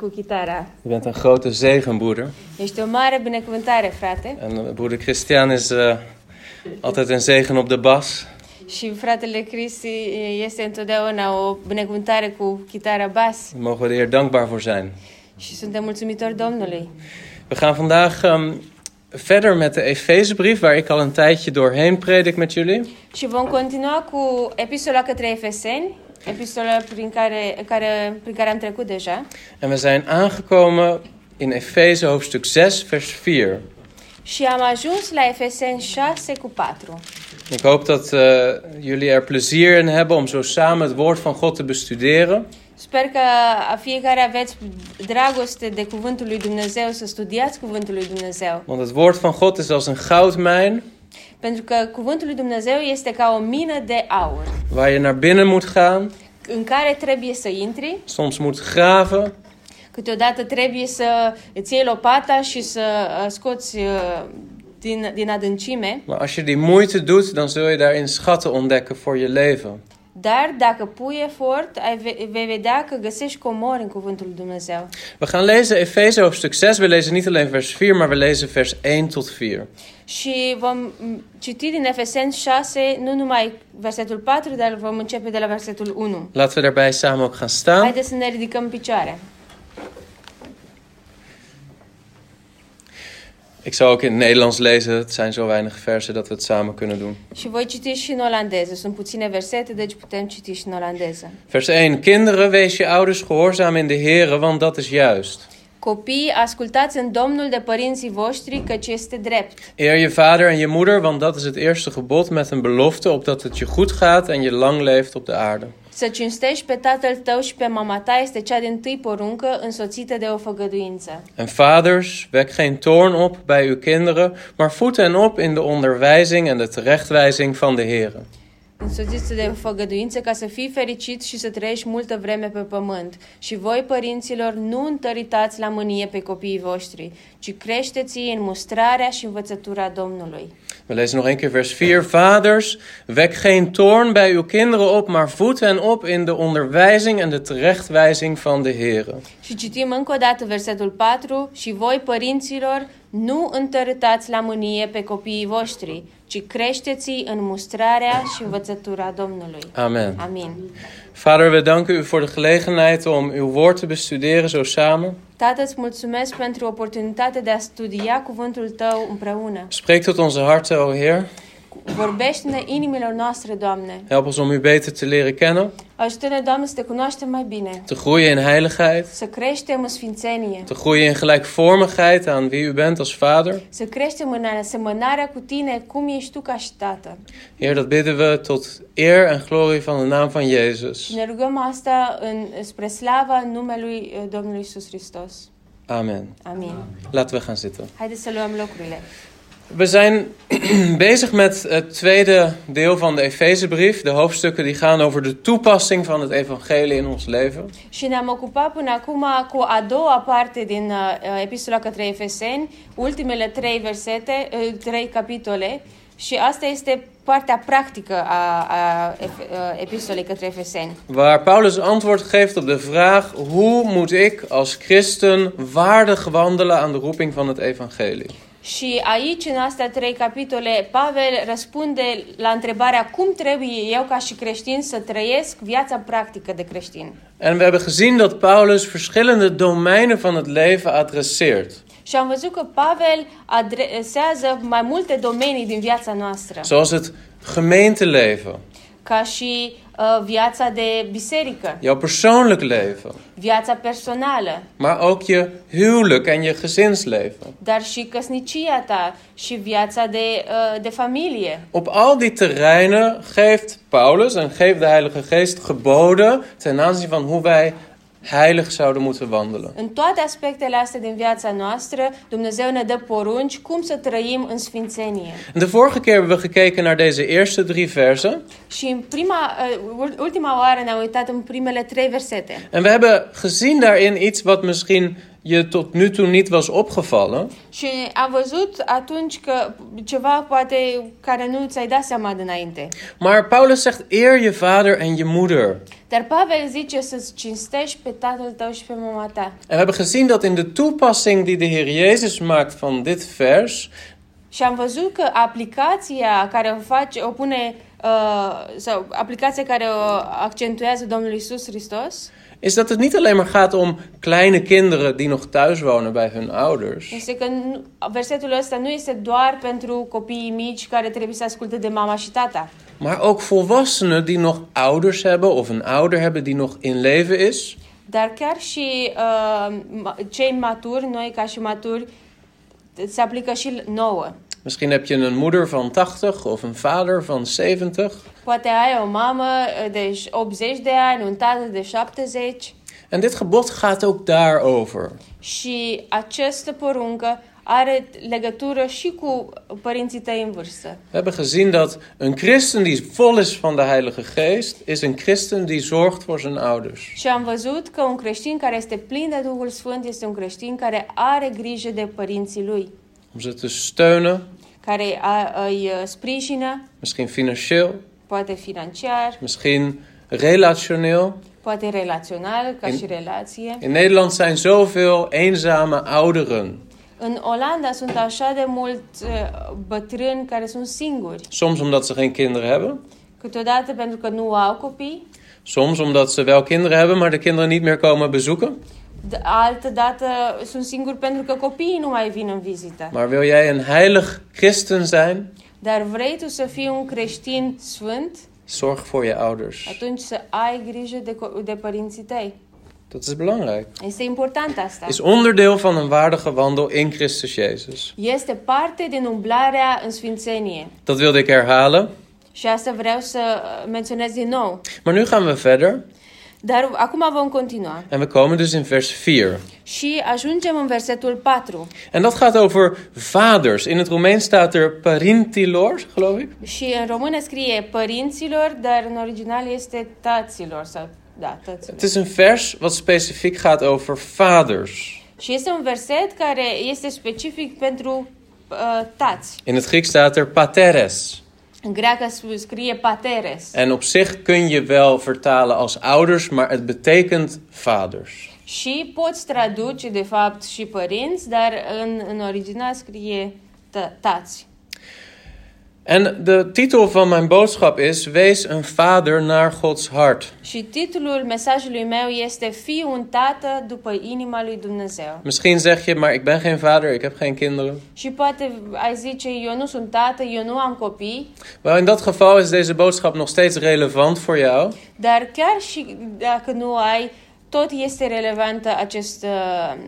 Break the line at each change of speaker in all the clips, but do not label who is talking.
cu chitara.
Je bent een grote zegen, broeder.
Ești o mare binecuvântare, frate.
En eh, broeder Christian is eh, altijd een zegen op de bas.
Și fratele Cristi este întotdeauna o binecuvântare cu chitara bas.
Daar mogen we de Heer dankbaar voor zijn.
Și suntem mulțumitori Domnului.
We gaan vandaag ehm, verder met de Efezebrief, waar ik al een tijdje doorheen predik met jullie.
Și vom continua cu epistola către Efeseni, epistola prin care, care, prin care am trecut deja.
En we zijn aangekomen in Efeze hoofdstuk 6, vers 4.
Și am ajuns la Efeseni 6 cu 4.
Ik hoop dat eh, jullie er plezier in hebben om zo samen het woord van God te bestuderen.
Sper că fiecare aveți dragoste de Cuvântul lui Dumnezeu, să studiați Cuvântul lui Dumnezeu.
Want het woord van God is als een goudmijn
Pentru că Cuvântul lui Dumnezeu este ca o mină de aur,
waar je naar binnen moet gaan,
în care trebuie să intri,
soms moet graven,
câteodată trebuie să îți iei lopata și să uh, scoți uh, din, din adâncime.
Maar als je die moeite doet, dan zul je daarin schatten ontdekken voor je leven.
Dar dacă pui efort, ai ve- vei vedea că găsești comori în Cuvântul lui Dumnezeu.
We gaan lezen Efeze hoofdstuk 6. We lezen niet alleen vers 4, maar we lezen vers 1 tot 4.
Și vom mm, citi din Efeseni 6, nu numai versetul 4, dar vom începe de la versetul 1.
Laten we daarbij samen ook gaan staan.
Haideți să ne ridicăm în picioare.
Ik zal ook in het Nederlands lezen. Het zijn zo weinig versen dat we het samen kunnen doen.
Și voi citi și în olandeză. Sunt puține versete, deci putem citi și în olandeză.
Vers 1. Kinderen, wees je ouders gehoorzaam in de Here, want dat is juist.
Copii, ascultați în Domnul de părinții voștri, căci este drept.
Eer je vader en je moeder, want dat is het eerste gebod met een belofte opdat het je goed gaat en je lang leeft op de aarde.
Să cinstești pe tatăl tău și pe mama ta este cea din tâi poruncă însoțită de o făgăduință.
En vaders, wek geen toorn op bij uw kinderen, maar voed hen op in de onderwijzing en de terechtwijzing van de Heren.
Însoțită de o făgăduință ca să fii fericit și să trăiești multă vreme pe pământ. Și voi, părinților, nu întăritați la mânie pe copiii voștri, ci creșteți-i în mustrarea și învățătura Domnului.
We lezen nog één keer vers 4. Vaders, wek geen toorn bij uw kinderen op, maar voed hen op in de onderwijzing en de terechtwijzing van de Heren.
Și citim încă o dată versetul 4, și voi, părinților, nu întărâtați la mânie pe copiii voștri, ci creșteți în mustrarea și învățătura Domnului.
Amen.
Amin.
Vader, we danken u voor de gelegenheid om uw woord te bestuderen zo samen.
Tată, îți mulțumesc pentru oportunitatea de a studia cuvântul tău împreună.
Spreek tot onze harten, o Heer.
Vorbește-ne inimilor noastre, Doamne.
Help ons om u beter te leren kennen,
Ajută-ne, Doamne, să te cunoaștem mai bine,
te groeien in heiligheid,
să creștem în sfințenie,
te groeien in gelijkvormigheid aan wie u bent als Vader.
să creștem în asemănarea cu tine, cum ești tu ca și Tată.
Heer, dat bidden we tot eer en glorie van de naam van Jezus.
Ne rugăm asta în, spre slava numelui eh, Domnului Isus Hristos.
Amen.
Amin.
Laten we gaan zitten.
Haideți să luăm locurile.
We zijn bezig met het tweede deel van de Efezebrief. De hoofdstukken die gaan over de toepassing van het evangelie in ons leven.
Și ne-am ocupat până acum cu a doua parte din uh, epistola către Efeseni, ultimele trei versete, uh, trei capitole, și asta este partea practică a, a ef- uh, epistolei către Efeseni.
Waar Paulus antwoord geeft op de vraag: hoe moet ik als christen waardig wandelen aan de roeping van het evangelie?
Și aici, în astea trei capitole, Pavel răspunde la întrebarea cum trebuie eu ca și creștin să trăiesc viața practică de creștin.
En we hebben gezien dat Paulus verschillende domeinen van het leven adresseert.
Și am văzut că Pavel adresează mai multe domenii din viața noastră,
Zoals het gemeenteleven,
ca și uh, viața de biserică,
jouw persoonlijk leven,
viața personală,
maar ook je huwelijk en je gezinsleven.
dar și căsnicia ta și viața de, uh, de familie.
Op al die terreinen geeft Paulus en geeft de Heilige Geest geboden ten aanzien van hoe wij heilig zouden moeten wandelen.
În toate aspectele astea din viața noastră, Dumnezeu ne dă porunci cum să trăim în sfințenie.
En de vorige keer hebben we gekeken naar deze eerste drie versen.
Și în prima, uh, ultima oară ne-am uitat în primele trei versete.
En we hebben gezien daarin iets wat misschien je tot nu toe niet was opgevallen,
Și am văzut atunci că ceva poate care nu ți-ai dat seama dinainte.
maar Paulus zegt eer je vader en je moeder.
Dar Pavel zice să-ți cinstești pe tatăl tău și pe mama ta.
En we hebben gezien dat in de toepassing die de Heer Jezus maakt van dit vers,
Și am văzut că aplicația care o face, o pune, uh, sau aplicația care o accentuează Domnul Isus Hristos,
is dat het niet alleen maar gaat om kleine kinderen die nog thuis wonen bij hun ouders.
este că nu- versetul ăsta nu este doar pentru copiii mici care trebuie să asculte de mama și tata,
Maar ook volwassenen die nog ouders hebben of een ouder hebben die nog in leven is.
dar chiar și uh, ma- cei maturi, noi ca și maturi, se aplică și nouă.
Misschien heb je een moeder van 80 of een vader van 70.
Poate ai o mamă uh, de 80 de ani, un tată de 70
En dit gebod gaat ook daarover.
și această poruncă are legătură și cu părinții tăi în vârstă.
We hebben gezien dat een christen die vol is van de Heilige Geest, is een christen die zorgt voor zijn ouders.
Și am văzut că un creștin care este plin de Duhul Sfânt este un creștin care are grijă de părinții lui,
Om ze te steunen,
care a, îi uh, sprijină,
misschien financieel,
poate financiar,
misschien relationeel.
poate relațional, ca
În-
și relație.
In Nederland zijn zoveel eenzame ouderen.
În Olanda sunt așa de mulți uh, bătrâni care sunt singuri,
Soms omdat ze geen kinderen hebben,
câteodată pentru că nu au copii,
soms omdat ze wel kinderen hebben, maar de kinderen niet meer komen bezoeken.
D- Altă dată sunt singur pentru că copiii nu mai vin în vizită.
Maar wil jij een heilig christen zijn?
Dar vrei tu să fii un creștin sfânt,
Zorg voor je ouders.
atunci să ai grijă de, co- de părinții tăi.
Dat is belangrijk.
Este important asta.
Is onderdeel van een waardige wandel in Christus Jezus.
Este parte din umblarea în sfințenie.
Dat wilde ik herhalen.
Și asta vreau să uh, menționez din nou.
Maar nu gaan we verder.
Dar acum vom continua.
En we komen dus in vers 4.
Și ajungem în versetul 4.
En dat gaat over vaders. In het Romeins staat er parintilor, geloof ik.
Și în română scrie părinților, dar în original este taților. Sau, da, tăților.
Het is een vers wat specifiek gaat over vaders.
Și este un verset care este specific pentru uh, tați.
In het Grieks staat er pateres.
În greacă sp- scrie pateres.
En op zich kun je wel vertalen als ouders, maar het betekent vaders.
Și poți traduce, de fapt, și părinți, dar în, în original scrie tă- tați.
En de titel van mijn boodschap is: Wees een vader naar Gods hart.
Și titlul mesajului meu este Fii un tată după inima lui Dumnezeu.
Misschien zeg je, maar ik ben geen vader, ik heb geen kinderen.
Și poate ai zice, eu nu sunt tată, eu nu am copii,
Wel, in dat geval is deze boodschap nog steeds relevant voor jou.
dar chiar și dacă nu ai, tot este relevant acest, uh,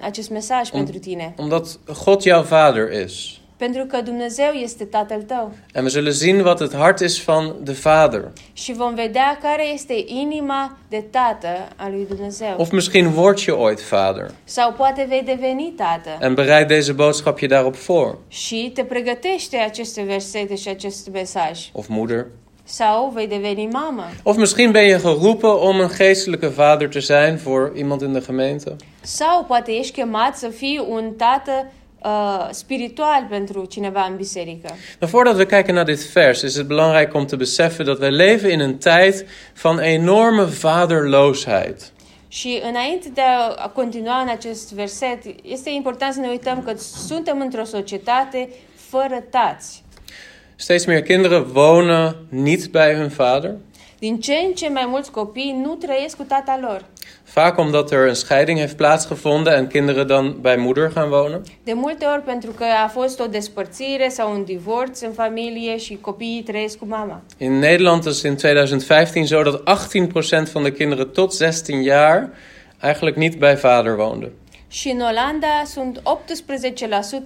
acest mesaj pentru tine.
Omdat God jouw vader is.
Pentru că Dumnezeu este tatăl tău.
En we zullen zien wat het hart is van de vader.
Și vom vedea care este inima de tată a lui Dumnezeu.
Of misschien word je ooit vader.
Sau poate vei deveni tată.
En bereid deze boodschap je daarop voor.
Și te pregătește aceste versete și acest mesaj.
Of moeder.
Sau vei deveni mamă.
Of misschien ben je geroepen om een geestelijke vader te zijn voor iemand in de gemeente.
Sau poate ești chemat să fii un tată uh, spiritual pentru cineva în biserică.
Maar voordat we kijken naar dit vers, is het belangrijk om te beseffen dat wij leven in een tijd van enorme vaderloosheid.
Și înainte de a continua în acest verset, este important să ne uităm că suntem într-o societate fără tați.
Steeds meer kinderen wonen niet bij hun vader.
Din ce în ce mai mulți copii nu trăiesc cu tata lor.
Vaak omdat er een scheiding heeft plaatsgevonden en kinderen dan bij moeder gaan wonen.
De multe ori pentru că a fost o despărțire sau un divorț în familie și copiii trăiesc cu mama.
In Nederland is in 2015 zo dat 18% van de kinderen tot 16 jaar eigenlijk niet bij vader woonden.
Și în Olanda sunt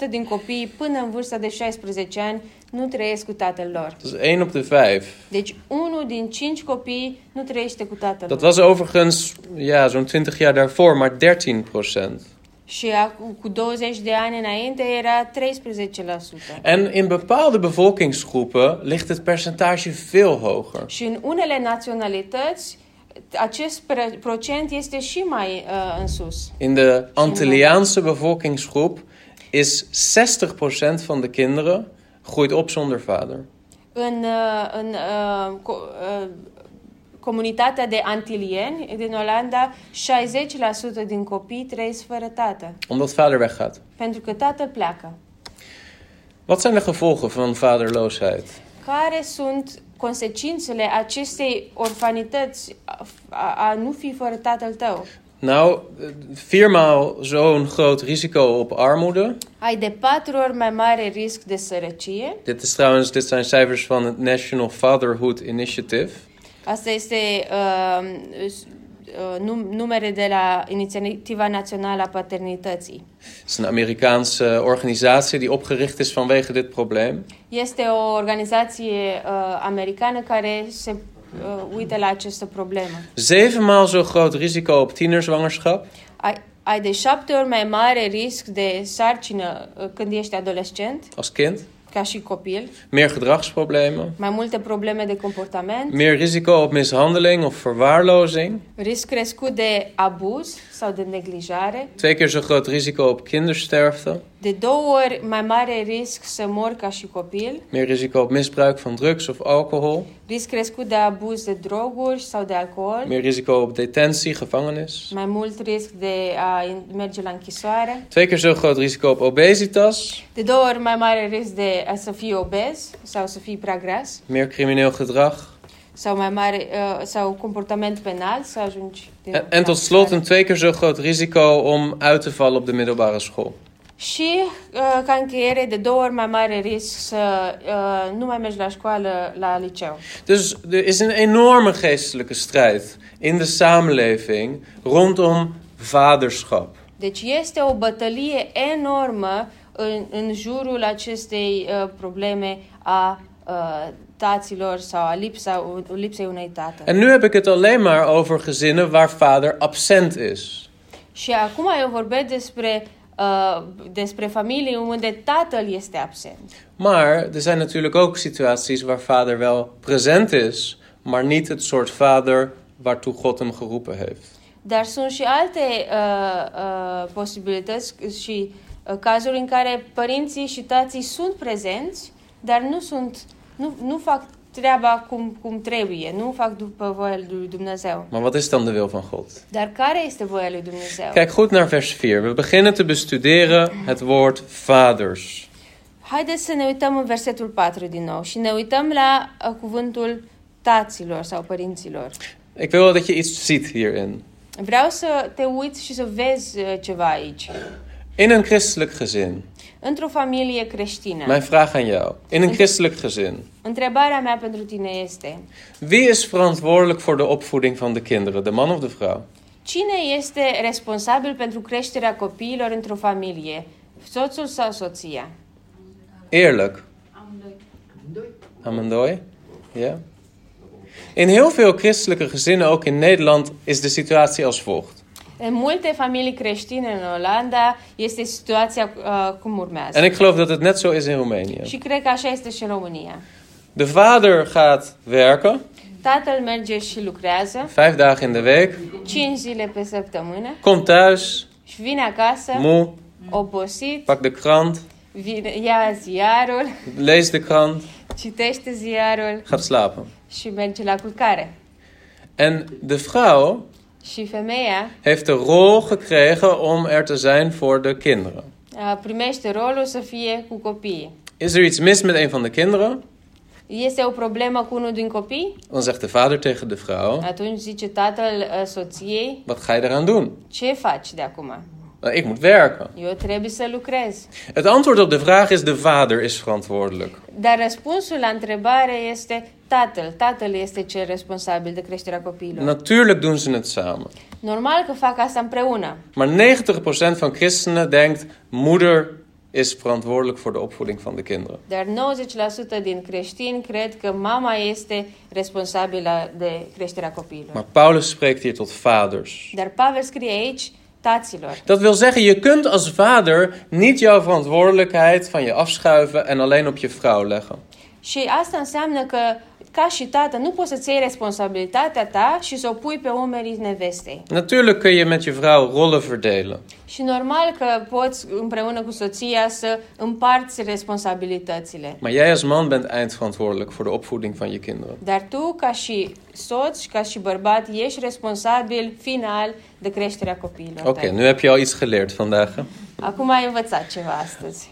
18% din copiii până în vârsta de 16 ani nu trăiesc cu tatăl lor.
Dat is 1 op de 5.
Deci unul din cinci copii nu trăiește cu tatăl
Dat
lor.
was overigens ja, zo'n 20 jaar daarvoor maar 13
Și acum, cu 20 de ani înainte era 13%.
En in bepaalde bevolkingsgroepen ligt het percentage veel hoger.
Și în unele naționalități acest pre- procent este și mai uh, în sus.
In de Antilliaanse bevolkingsgroep is 60% van de kinderen groeit op zonder vader.
În, uh, în uh, co- uh, comunitatea de antilieni din Olanda, 60% din copii trăiesc fără tată,
Omdat vader weggaat.
pentru că tatăl pleacă.
Wat zijn de gevolgen van vaderloosheid?
Care sunt consecințele acestei orfanități a, a, a nu fi fără tatăl tău?
Nou, eh, viermaal zo'n groot risico op armoede.
Ai de patru ori mai mare risc de sărăcie.
Dit, is trouwens, dit zijn cijfers van het National Fatherhood Initiative.
Asta este uh, s- uh, num- numere de la Inițiativa Națională a Paternității.
Het is een Amerikaanse organisatie die opgericht is vanwege dit probleem.
Este o organizație uh, americană care se uh, uită la această problemă.
Zevenmaal zo'n groot risico op tienerzwangerschap.
Ai, ai de șapte ori mai mare risc de sarcină uh, când ești adolescent,
als kind.
ca și copil,
Meer gedragsproblemen.
mai multe probleme de comportament,
Meer risico op mishandeling of verwaarlozing.
risc crescut de abuz sau de neglijare,
Twee keer zo'n groot risico op kindersterfte.
de două ori mai mare risc să mor ca și copil,
Meer risico op misbruik van drugs of alcohol.
risc crescut de abuz de droguri sau de alcool,
Meer risico op detentie, gevangenis.
mai mult risc de a in- merge la închisoare,
Twee keer zo'n groot risico op obesitas.
de două ori mai mare risc de a să fii obez sau să fii prea gras,
Meer crimineel gedrag.
sau mai mare uh, sau comportament penal să ajungi din-
En, en tot slot een twee keer zo'n groot risico om uit te vallen op de middelbare school.
Și uh, ca încheiere de două ori mai mare risc să uh, nu mai mergi la școală, la liceu.
Dus er is een enorme geestelijke strijd in de samenleving rondom vaderschap.
Deci este o bătălie enormă în, în jurul acestei uh, probleme a uh, taților sau a lipsa, lipsei unei tată.
En nu heb ik het alleen maar over gezinnen waar vader absent is.
Și acum eu vorbesc despre, uh, despre familii unde tatăl este absent.
Maar er zijn natuurlijk ook situaties waar vader wel present is, maar niet het soort vader waartoe God hem geroepen heeft.
Dar sunt și alte uh, uh, posibilități și uh, cazuri în care părinții și tații sunt prezenți, dar nu sunt, nu, nu fac treaba cum, cum trebuie, nu fac după voia lui Dumnezeu.
Maar wat is dan de wil van God?
Dar care este voia lui Dumnezeu?
Kijk goed naar vers 4. We beginnen te bestuderen het woord vaders.
Haideți să ne uităm în versetul 4 din nou și ne uităm la uh, cuvântul taților sau părinților.
Ik wil dat je iets ziet hierin.
Vreau să te uiți și să vezi uh, ceva aici.
In een christelijk gezin.
Într-o familie creștină,
Mijn vraag aan jou. In een christelijk gezin.
întrebarea mea pentru tine este
Wie is verantwoordelijk voor de opvoeding van de kinderen? De man of de vrouw?
Cine este responsabil pentru creșterea copiilor într-o familie? Soțul sau soția?
Eerlijk. Amendooi. Ja. In heel veel christelijke gezinnen, ook in Nederland, is de situatie als volgt.
În multe familii creștine în Olanda este situația uh, cum
En
urmează.
ik geloof dat het net zo is in Roemenië.
Și cred că așa este și în România.
De vader gaat werken,
Tatăl merge și lucrează
vijf dagen in de week,
5 zile pe săptămână
komt thuis,
și vine acasă
moe,
obosit,
pakt de krant,
vine, ia ziarul,
leest de krant,
citește ziarul
gaat slapen.
și merge la culcare.
En de vrouw
Și femeia
heeft de rol gekregen om er te zijn voor de kinderen.
uh, primește rolul să fie cu copiii.
Is er iets mis met een van de kinderen?
Este o problemă cu unul din copii?
Dan zegt de vader tegen de vrouw:
Atunci zice tatăl uh, soției,
Wat ga je eraan doen?
ce faci de acum?
Nou, ik moet werken.
Eu trebuie să lucrez.
Het antwoord op de vraag is: de vader is verantwoordelijk.
Dar răspunsul la întrebare este tatăl. Tatăl este cel responsabil de creșterea copiilor.
Natuurlijk doen ze het samen.
Normal că fac asta împreună.
Maar 90% van christenen denkt: moeder is verantwoordelijk voor de opvoeding van de kinderen.
Dar 90% din creștini cred că mama este responsabilă de creșterea copiilor.
Maar Paulus spreekt hier tot vaders.
Dar Pavel scrie aici taților.
Dat wil zeggen, je kunt als vader niet jouw verantwoordelijkheid van je afschuiven en alleen op je vrouw leggen.
Și asta înseamnă că ca și tată, nu poți să-ți iei responsabilitatea ta și să o pui pe umerii nevestei.
Natuurlijk kun je met je vrouw rollen verdelen.
Și normal că poți împreună cu soția să împarți responsabilitățile.
Maar jij als man bent eindverantwoordelijk voor de opvoeding van je kinderen.
Dar tu, ca și soț, ca și bărbat, ești responsabil final de creșterea copiilor
Oké,
tăi.
nu heb je al iets geleerd vandaag. hè? Oké.
Acum ai învățat ceva astăzi.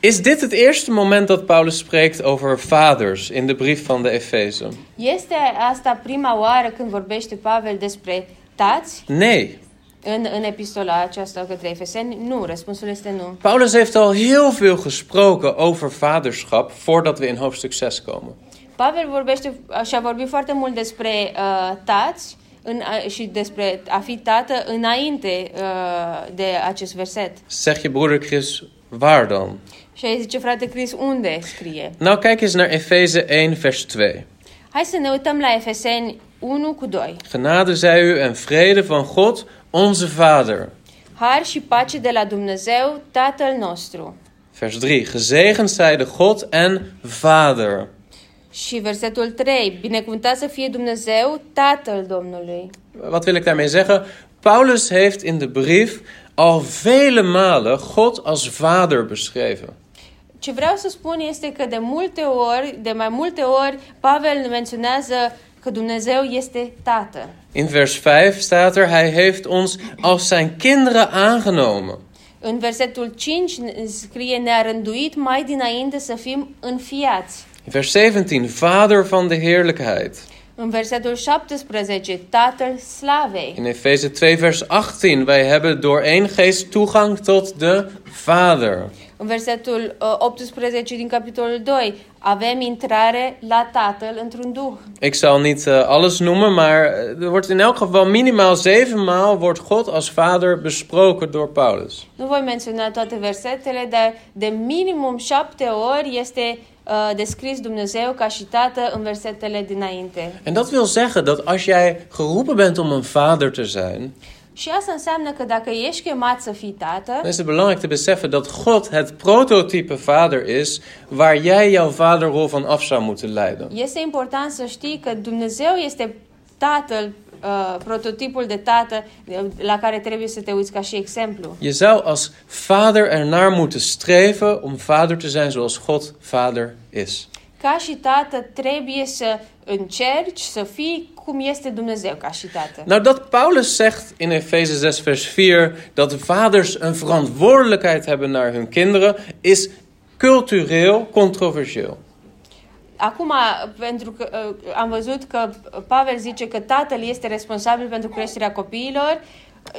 Is dit het eerste moment dat Paulus spreekt over vaders in de brief van de Efeze?
Este asta prima oară când vorbește Pavel despre tați
Nee.
în, în epistola aceasta către Efeseni? Nu, răspunsul este nu.
Paulus heeft al heel veel gesproken over vaderschap voordat we in hoofdstuk 6 komen.
Pavel vorbește și a vorbit foarte mult despre uh, tați în, a, și despre a fi tată înainte uh, de acest verset.
Zeg je broeder Chris, waar dan?
Și aici zice, frate Chris, unde scrie?
Nou, kijk eens naar Efeze 1, vers 2.
Hai să ne uităm la Efeseni 1 cu 2.
Genade zij u en vrede van God, onze Vader.
Har și pace de la Dumnezeu, Tatăl nostru.
Vers 3. Gezegend zij de God en Vader.
Și versetul 3. Binecuvântat să fie Dumnezeu, Tatăl Domnului.
Wat wil ik daarmee zeggen? Paulus heeft in de brief al vele malen God als Vader beschreven.
Ce vreau să spun este că de multe ori, de mai multe ori, Pavel menționează că Dumnezeu este Tată.
In vers 5 staat er: Hij heeft ons als zijn kinderen aangenomen.
În versetul 5 ne- scrie ne-a rânduit mai dinainte să fim înfiați.
In vers 17: Vader van de heerlijkheid.
În versetul 17, Tatăl Slavei.
In Efeze 2, vers 18: Wij hebben door één geest toegang tot de Vader.
În versetul uh, 18 din capitolul 2, avem intrare la Tatăl într-un duh.
Ik zal niet eh, alles noemen, maar eh, er wordt in elk geval minimaal zeven maal wordt God als vader besproken door Paulus.
Nu voi menționa toate versetele, dar de minimum șapte ori este uh, descris Dumnezeu ca și Tată în versetele dinainte.
En dat wil zeggen dat als jij geroepen bent om een vader te zijn,
Și asta înseamnă că dacă ești chemat să fii tată,
dan is het belangrijk te beseffen dat God het prototype vader is waar jij jouw vaderrol van af zou moeten leiden.
este important să știi că Dumnezeu este tatăl, uh, prototipul de tată uh, la care trebuie să te uiți ca și exemplu.
Je zou als vader ernaar moeten streven om vader te zijn zoals God vader is.
Ca și tată trebuie să încerci să fii cum este Dumnezeu ca și tată.
Nou, dat Paulus zegt in Efeze 6, vers 4 dat de vaders een verantwoordelijkheid hebben naar hun kinderen, is cultureel controversieel.
Acum, pentru că uh, am văzut că Pavel zice că tatăl este responsabil pentru creșterea copiilor,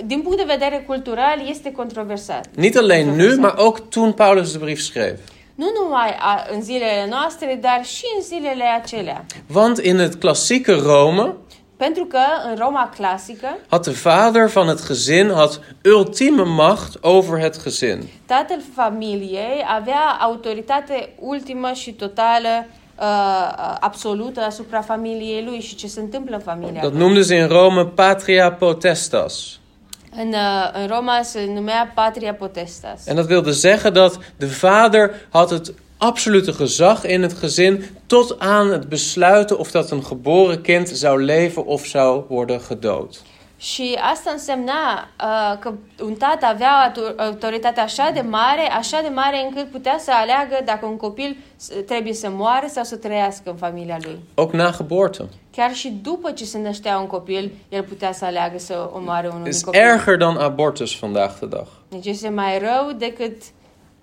din punct de vedere cultural este controversat.
Niet alleen nu, maar ook toen Paulus de brief schreef.
Nu numai a, în zilele noastre, dar și în zilele acelea.
Want in het klassieke Rome
Pentru că în Roma clasică,
had de vader van het gezin had ultieme macht over het gezin.
tatăl familiei avea autoritate ultimă și totală, uh, absolută asupra familiei lui și ce se întâmplă în familia.
Dat noemden ze in Rome patria potestas.
În, uh, în Roma se numea patria potestas.
En dat wilde zeggen dat de vader had het absolute gezag in het gezin tot aan het besluiten of dat een geboren kind zou leven of zou worden gedood.
Și asta însemna uh, că un tată avea atu- autoritate așa de mare, așa de mare încât putea să aleagă dacă un copil s- trebuie să moară sau să trăiască în familia lui.
Ook na geboorte.
Chiar și după ce se năștea un copil, el putea să aleagă să omoare unul
Het
din
is
copil.
erger dan abortus vandaag de dag.
Deci este mai rău decât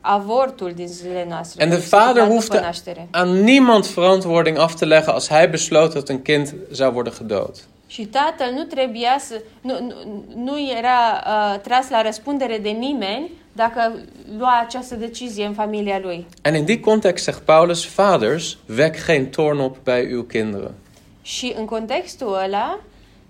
avortul din zilele noastre.
En de
care se întâmpla
vader
după
hoefde
naștere.
aan niemand verantwoording af te leggen als hij besloot dat een kind zou worden gedood.
Și tatăl nu trebuia să... Nu, nu, nu era uh, tras la răspundere de nimeni dacă lua această decizie în familia lui.
En in die context zegt Paulus: Vaders, wek geen toorn op bij uw kinderen.
Și în contextul ăla,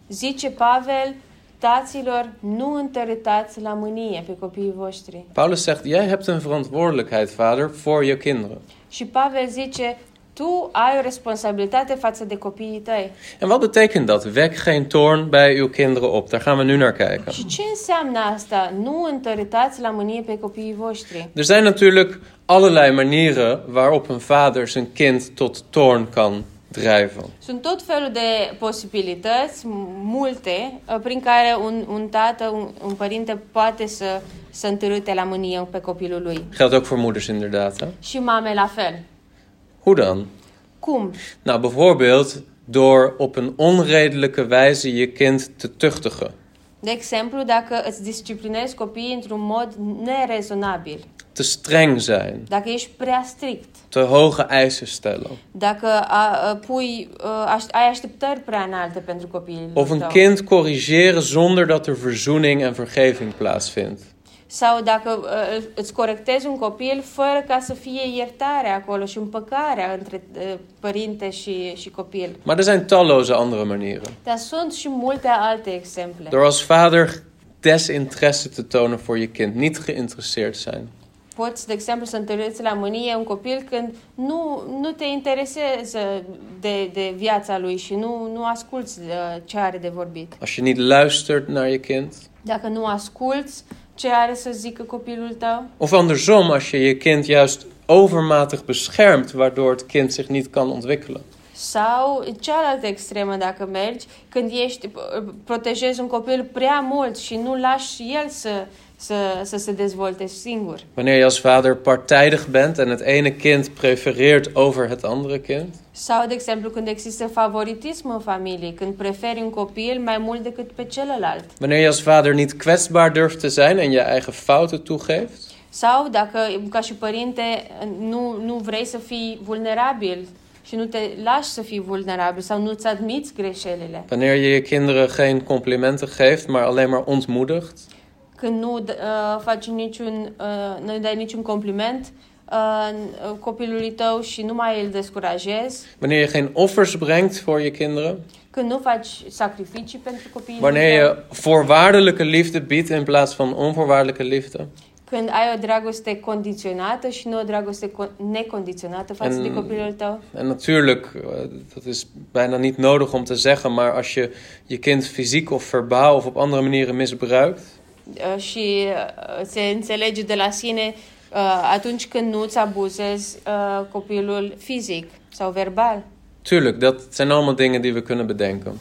zice Pavel, taților, nu întărâtați la mânie pe copiii voștri.
Paulus zegt: Jij hebt een verantwoordelijkheid, vader, voor je kinderen.
Și Pavel zice, tu ai o responsabilitate față de copiii tăi.
En wat betekent dat? Wek geen toorn bij uw kinderen op. Daar gaan we nu naar kijken.
Și ce înseamnă asta? Nu întărâtați la mânie pe copiii voștri.
Er zijn natuurlijk allerlei manieren waarop een vader zijn kind tot toorn kan drijven.
Sunt tot felul de posibilități, m- multe, uh, prin care un, un tată, un, un părinte poate să, să întârâte la mânie pe copilul lui.
Geldt ook voor moeders inderdaad. Hè?
Și mame la fel.
Hoe dan?
Cum?
Nou, bijvoorbeeld door op een onredelijke wijze je kind te tuchtigen.
De exemplu, dacă îți disciplinezi copiii într-un mod nerezonabil,
Te streng zijn.
dacă ești prea strict,
Te hoge eisen stellen.
dacă a, a, pui, a, aș- ai așteptări prea înalte pentru copiii
Of een
tău,
kind corrigeren zonder dat er verzoening en vergeving plaatsvindt.
sau dacă a, îl- îți corectezi un copil fără ca să fie iertare acolo și împăcarea între a, părinte și, și copil.
Maar er zijn talloze andere manieren.
Dar sunt și multe alte exemple.
Door als vader desinteresse te tonen voor je kind. Niet geïnteresseerd zijn.
Poți, de exemplu, să întâlnești la mânie un copil când nu, nu te interesează de, de viața lui și nu, nu asculți uh, ce are de vorbit.
Als je niet luistert naar je kind.
Dacă nu asculți ce are să zică copilul tău
Of andersom, als je je kind juist overmatig beschermt, waardoor het kind zich niet kan ontwikkelen.
sau în cealaltă extremă dacă mergi, când ești, uh, protejezi un copil prea mult și nu lași el să, să, să se dezvolte singur.
Wanneer je als vader partijdig bent en het ene kind prefereert over het andere kind.
Sau, de exemplu, când există favoritism în familie, când preferi un copil mai mult decât pe celălalt.
Wanneer je als vader niet kwetsbaar durft te zijn en je eigen fouten toegeeft.
Sau dacă, ca și părinte, nu, nu vrei să fii vulnerabil și nu te lași să fii vulnerabil sau nu-ți admiți greșelile.
Wanneer je je kinderen geen complimenten geeft, maar alleen maar ontmoedigt.
Când nu uh, faci niciun, uh, nu dai niciun compliment uh, copilului tău și nu mai îl descurajezi.
Wanneer je geen offers brengt voor je kinderen.
Când nu faci sacrificii pentru copiii
Wanneer
tău.
je voorwaardelijke liefde biedt in plaats van onvoorwaardelijke liefde.
Când ai o dragoste condiționată și nu o dragoste con- necondiționată față
În-
de copilul tău.
En natuurlijk, eh, dat is bijna niet nodig om te zeggen, maar als je je kind fysiek of verbaal of op andere manieren misbruikt.
Uh, și uh, se înțelege de la sine uh, atunci când nu îți abuzezi uh, copilul fizic sau verbal.
Tuurlijk, dat zijn allemaal dingen die we kunnen bedenken.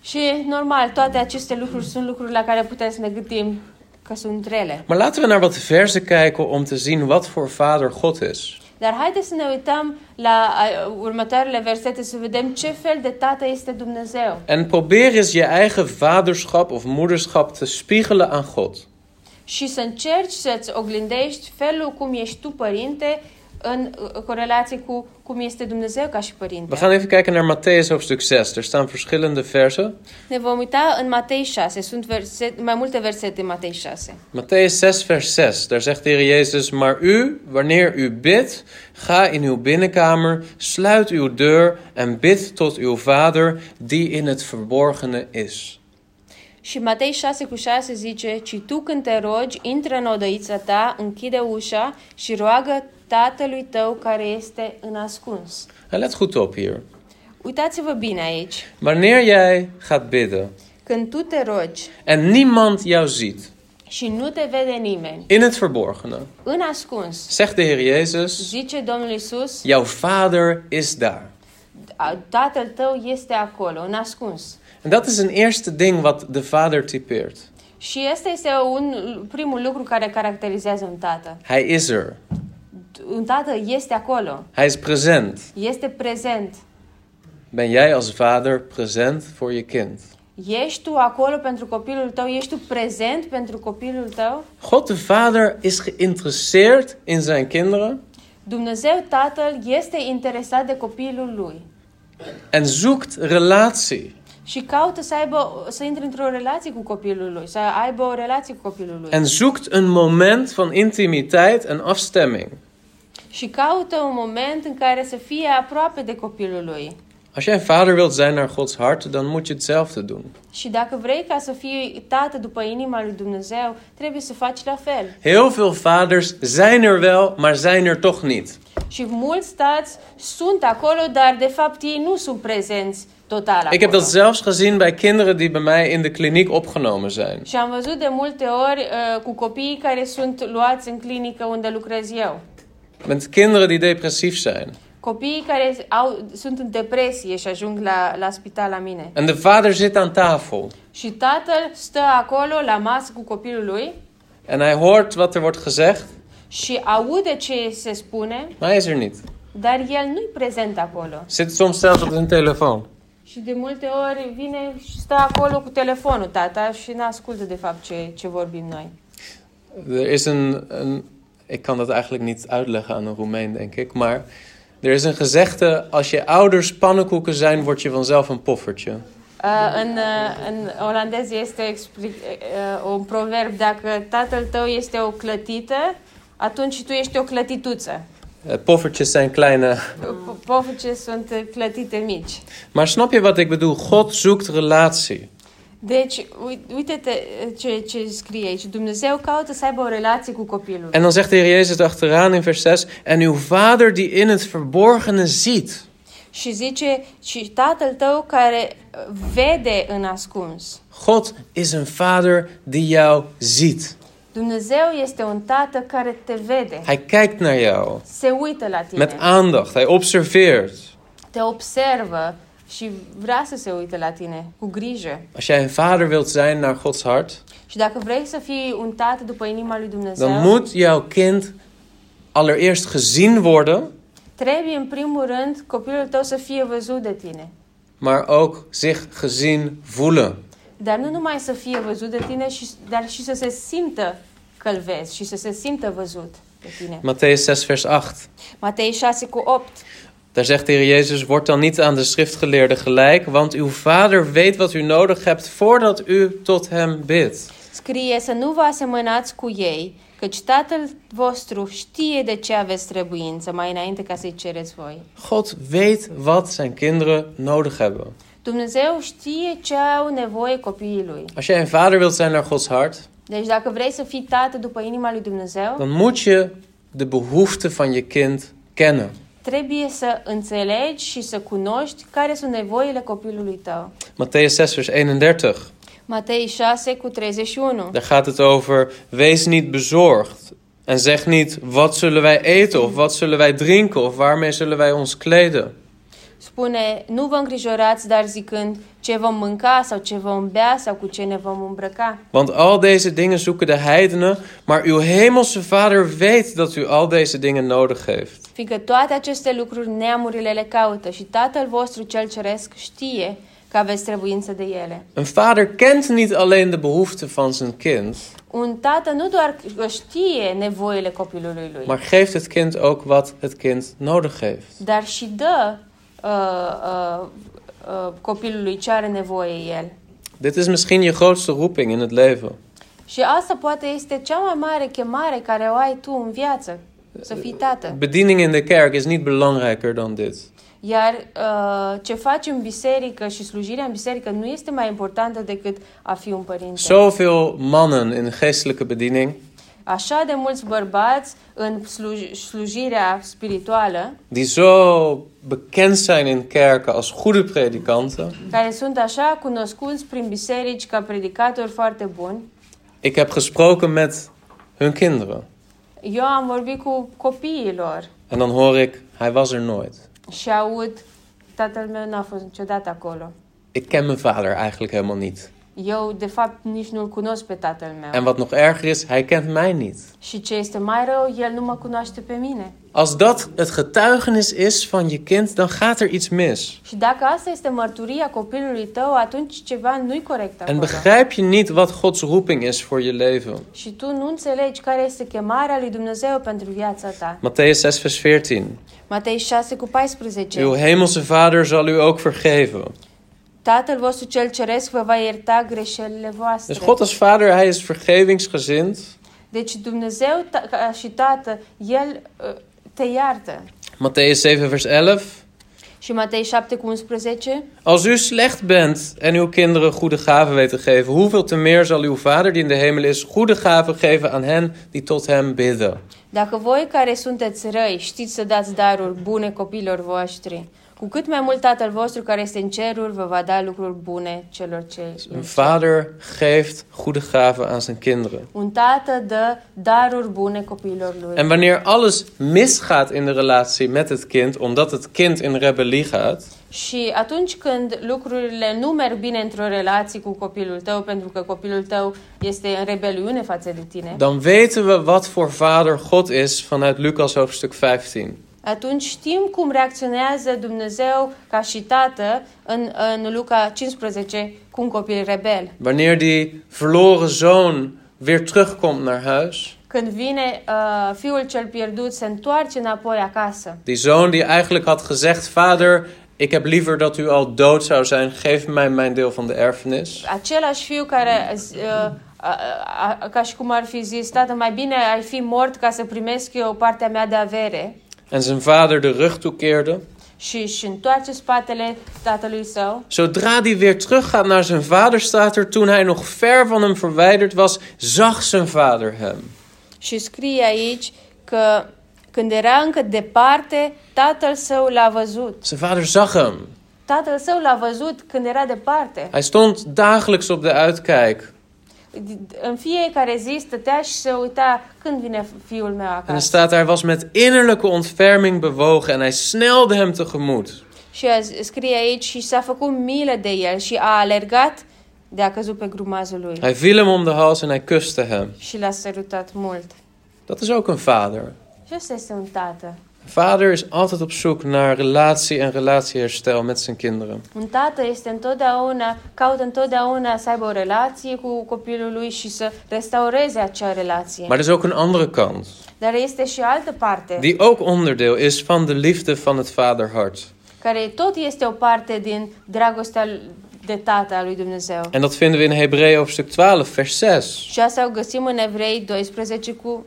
Și normal, toate aceste lucruri sunt lucruri la care putem să ne gândim că sunt rele.
Maar laten we naar wat verzen kijken om te zien wat voor vader God is.
Dar haideți să ne uităm la uh, următoarele versete să vedem ce fel de tată este Dumnezeu.
En probeer eens je eigen vaderschap of moederschap te spiegelen aan God.
Și să încerci să-ți oglindești felul cum ești tu părinte în uh, corelație cu cum este Dumnezeu ca și părinte.
We gaan even kijken naar Matthäus hoofdstuk 6. Er staan verschillende versen.
Ne vom uita în Matei 6. Sunt verset, mai multe versete în Matei 6.
Matthäus 6, vers 6. Daar zegt de Heer Jezus: Maar u, wanneer u bidt, ga in uw binnenkamer, sluit uw deur en bid tot uw vader die in het verborgene is.
Și Matei 6 cu 6 zice, Ci tu când te rogi, intră în odăița ta, închide ușa și roagă tatălui tău care este în ascuns.
En Nou, let goed op hier.
Uitați-vă bine aici.
Wanneer jij gaat bidden
Când tu te rogi
en niemand jou ziet,
și nu te vede nimeni,
in het verborgene,
în ascuns,
zegt de Heer Jezus:
zice Domnul Isus,
Jouw vader is daar.
tatăl tău este acolo, în ascuns.
En dat is een eerste ding wat de vader typeert.
Și ăsta este un primul lucru care caracterizează un tată.
Hij is er.
Un tată este acolo.
Hij is present.
este prezent.
Ben jij als vader present voor je kind?
Ești tu acolo pentru copilul tău? Ești tu prezent pentru copilul tău?
God de Vader is geïnteresseerd in zijn kinderen
Dumnezeu Tatăl este interesat de copilul lui
en zoekt relatie.
și caută să aibă să intre într-o relație cu copilul lui, să aibă o relație cu copilul lui.
En zoekt een moment van intimiteit en afstemming.
Și caută un moment în care să fie aproape de copilul lui.
Als jij een vader wilt zijn naar Gods hart, dan moet je hetzelfde doen.
Și dacă vrei ca să fii tată după inima lui Dumnezeu, trebuie să faci la fel.
Heel veel vaders zijn er wel, maar zijn er toch niet.
Și mulți tați sunt acolo, dar de fapt ei nu sunt prezenți total acolo.
Ik heb dat zelfs gezien bij kinderen die bij mij in de kliniek opgenomen zijn.
Și am văzut de multe ori uh, cu copiii care sunt luați în clinică unde lucrez eu.
Met kinderen die depressief zijn.
Copiii care au, sunt în depresie și ajung la, la spital la mine.
And the father sits on tafel.
Și tatăl stă acolo la masă cu copilul lui
En hij hoort wat er wordt gezegd,
și aude ce se spune,
maar hij is er niet.
dar el nu-i prezent acolo.
Zit soms zelfs op zijn telefoon.
Și de multe ori vine și stă acolo cu telefonul tata și nu ascultă de fapt ce, ce vorbim noi.
Er is een, een. Ik kan dat eigenlijk niet uitleggen aan een Roemeen, denk ik. Maar er is een gezegde: als je ouders pannenkoeken zijn, word je vanzelf een poffertje.
Uh, în, uh, în olandez este explic, uh, un proverb, dacă tatăl tău este o clătită, atunci tu ești o clătituță.
Eh, Poffertjes zijn kleine.
Po- Pofuce sunt uh, clătite mici.
Maar snap je wat ik bedoel? God zoekt relatie.
Deci, ui- uite-te uh, ce, ce scrie aici. Dumnezeu caută să aibă o relație cu copilul.
En dan zegt de Heer Jezus achteraan in vers 6: En uw vader die in het verborgene ziet.
Și zice, și tatăl tău care uh, vede în ascuns.
God is een vader die jou ziet.
Dumnezeu este un tată care te vede,
Hij kijkt naar jou
se uită la
met
tine,
aandacht. Hij observeert.
te observă și vrea să se uite la tine cu grijă.
Als jij een vader wilt zijn naar Gods hart,
Și dacă vrei să fii un tată după inima lui Dumnezeu,
dan moet jouw kind allereerst gezien worden,
trebuie în primul rând copilul tău să fie văzut de tine.
maar ook zich gezien voelen.
Dar nu numai să fie văzut de tine, și, dar și să se simtă că îl vezi și să se simtă văzut de tine.
Matthäus 6, vers 8.
Matei 6 cu 8.
Daar zegt de Heer Jezus: Word dan niet aan de schriftgeleerden gelijk, want uw vader weet wat u nodig hebt voordat u tot hem bidt.
Scrie să nu vă asemănați cu ei, căci tatăl vostru știe de ce aveți trebuință mai înainte ca să-i cereți voi.
God weet wat zijn kinderen nodig hebben.
Dumnezeu știe ce au nevoie copiii lui.
Als jij een vader wilt zijn naar Gods hart,
Deci dacă vrei să fii tată după inima lui Dumnezeu,
dan moet je de behoeften van je kind kennen.
Trebuie să înțelegi și să cunoști care sunt nevoile copilului tău.
Matthäus 6, vers 31.
Matei 6 cu 31.
Daar gaat het over: wees niet bezorgd. En zeg niet: wat zullen wij eten, of wat zullen wij drinken, of waarmee zullen wij ons kleden.
Spune, nu vă îngrijorați, dar zicând ce vom mânca sau ce vom bea sau cu ce ne vom îmbrăca.
Want al deze dingen zoeken de heidenen, maar uw hemelse Vader weet dat u al deze dingen nodig heeft.
Fiindcă toate aceste lucruri neamurile le caută și Tatăl vostru cel ceresc știe că aveți trebuință de ele.
Een vader kent niet alleen de behoeften van zijn kind,
Un tată nu doar că știe nevoile copilului lui,
maar geeft het kind ook wat het kind nodig heeft.
dar și dă uh, uh, uh, copilului ce are nevoie el.
Dit is misschien je grootste roeping in het leven.
Și asta poate este cea mai mare chemare care o ai tu în viață, să fii tată.
Bediening in de kerk is niet belangrijker dan dit.
Iar uh, ce faci în biserică și slujirea în biserică nu este mai importantă decât a fi un părinte.
Zoveel mannen in de geestelijke bediening
Așa de mulți bărbați în sluj- slujirea spirituală,
die zo bekend zijn in kerken als goede predikanten.
care sunt așa cunoscuți prin biserici ca predicatori foarte buni,
Ik heb gesproken met hun kinderen.
eu am vorbit cu copiii lor
En dan hoor ik, hij was er nooit.
și aud, tatăl meu n-a fost niciodată acolo.
Ik ken mijn vader eigenlijk helemaal niet.
Eu, de fapt, nici nu-l cunosc pe tatăl meu.
En wat nog erger is, hij kent mij niet.
Și ce este mai rău, el nu mă cunoaște pe mine.
Als dat het getuigenis is van je kind, dan gaat er iets mis.
Și dacă asta este mărturia copilului tău, atunci ceva nu-i corect
En
acolo.
begrijp je niet wat Gods roeping is voor je leven.
Și tu nu înțelegi care este chemarea lui Dumnezeu pentru viața ta.
Matthäus 6, vers 14.
Matei 6 cu 14.
Uw hemelse vader zal u ook vergeven.
Tatăl vostru cel ceresc vă va ierta greșelile voastre.
Dus God als vader, hij is vergevingsgezind.
Deci Dumnezeu ta- ca și Tată, El uh, te iartă.
Matthäus 7, vers 11.
Și Matei 7 cu 11.
Als u slecht bent en uw kinderen goede gaven weet te geven, hoeveel te meer zal uw Vader die in de hemel is goede gaven geven aan hen die tot hem bidden?
Dacă voi care sunteți răi știți să dați daruri bune copilor voștri, Cu cât mai mult Tatăl vostru care este în ceruri vă va da lucruri bune celor ce...
Een vader geeft goede gaven aan zijn kinderen.
Un tată dă daruri bune copiilor lui.
En wanneer alles misgaat in de relatie met het kind, omdat het kind in rebellie gaat,
Și atunci când lucrurile nu merg bine într-o relație cu copilul tău, pentru că copilul tău este în rebeliune față de tine,
dan weten we wat voor vader God is vanuit Lucas hoofdstuk 15.
atunci știm cum reacționează Dumnezeu ca și tată în, în Luca 15 cu un copil rebel.
Wanneer die verloren zoon weer terugkomt naar huis,
Când vine uh, fiul cel pierdut, se întoarce înapoi acasă.
die zoon die eigenlijk had gezegd: Vader, ik heb liever dat u al dood zou zijn, geef mij mijn deel van de erfenis.
Același fiu care, uh, a, a, a, ca și cum ar fi zis, tată, mai bine ai fi mort ca să primesc eu partea mea de avere.
En zijn vader de rug toekeerde.
și își întoarce spatele tatălui său.
Zodra die weer teruggaat naar zijn vader, staat er toen hij nog ver van hem verwijderd was, zag zijn vader hem.
Și scrie aici că când era încă departe, tatăl său l-a văzut.
Zijn vader zag hem.
Tatăl său l-a văzut când era departe.
Hij stond dagelijks op de uitkijk.
În fiecare zi stătea și se uita când vine fiul meu
En er
acasă.
staat, hij was met innerlijke ontferming bewogen en hij snelde hem tegemoet.
Și a- scrie aici și s-a făcut milă de el și a alergat de a căzut pe grumazul lui.
Hij viel hem om de hals en hij kuste hem.
Și l-a sărutat mult.
Dat is ook een vader.
Și ăsta este un tată.
Een vader is altijd op zoek naar relatie en relatieherstel met zijn kinderen.
Un tată este întotdeauna, caută întotdeauna să aibă o relație cu copilul lui și să restaureze acea relație.
Maar er is ook een andere kant,
Dar este și altă parte,
die ook onderdeel is van de liefde van het vaderhart.
care tot este o parte din dragostea de tată a lui Dumnezeu.
En dat vinden we in Hebreeën hoofdstuk 12, vers 6.
Și asta o găsim în Evrei 12 cu,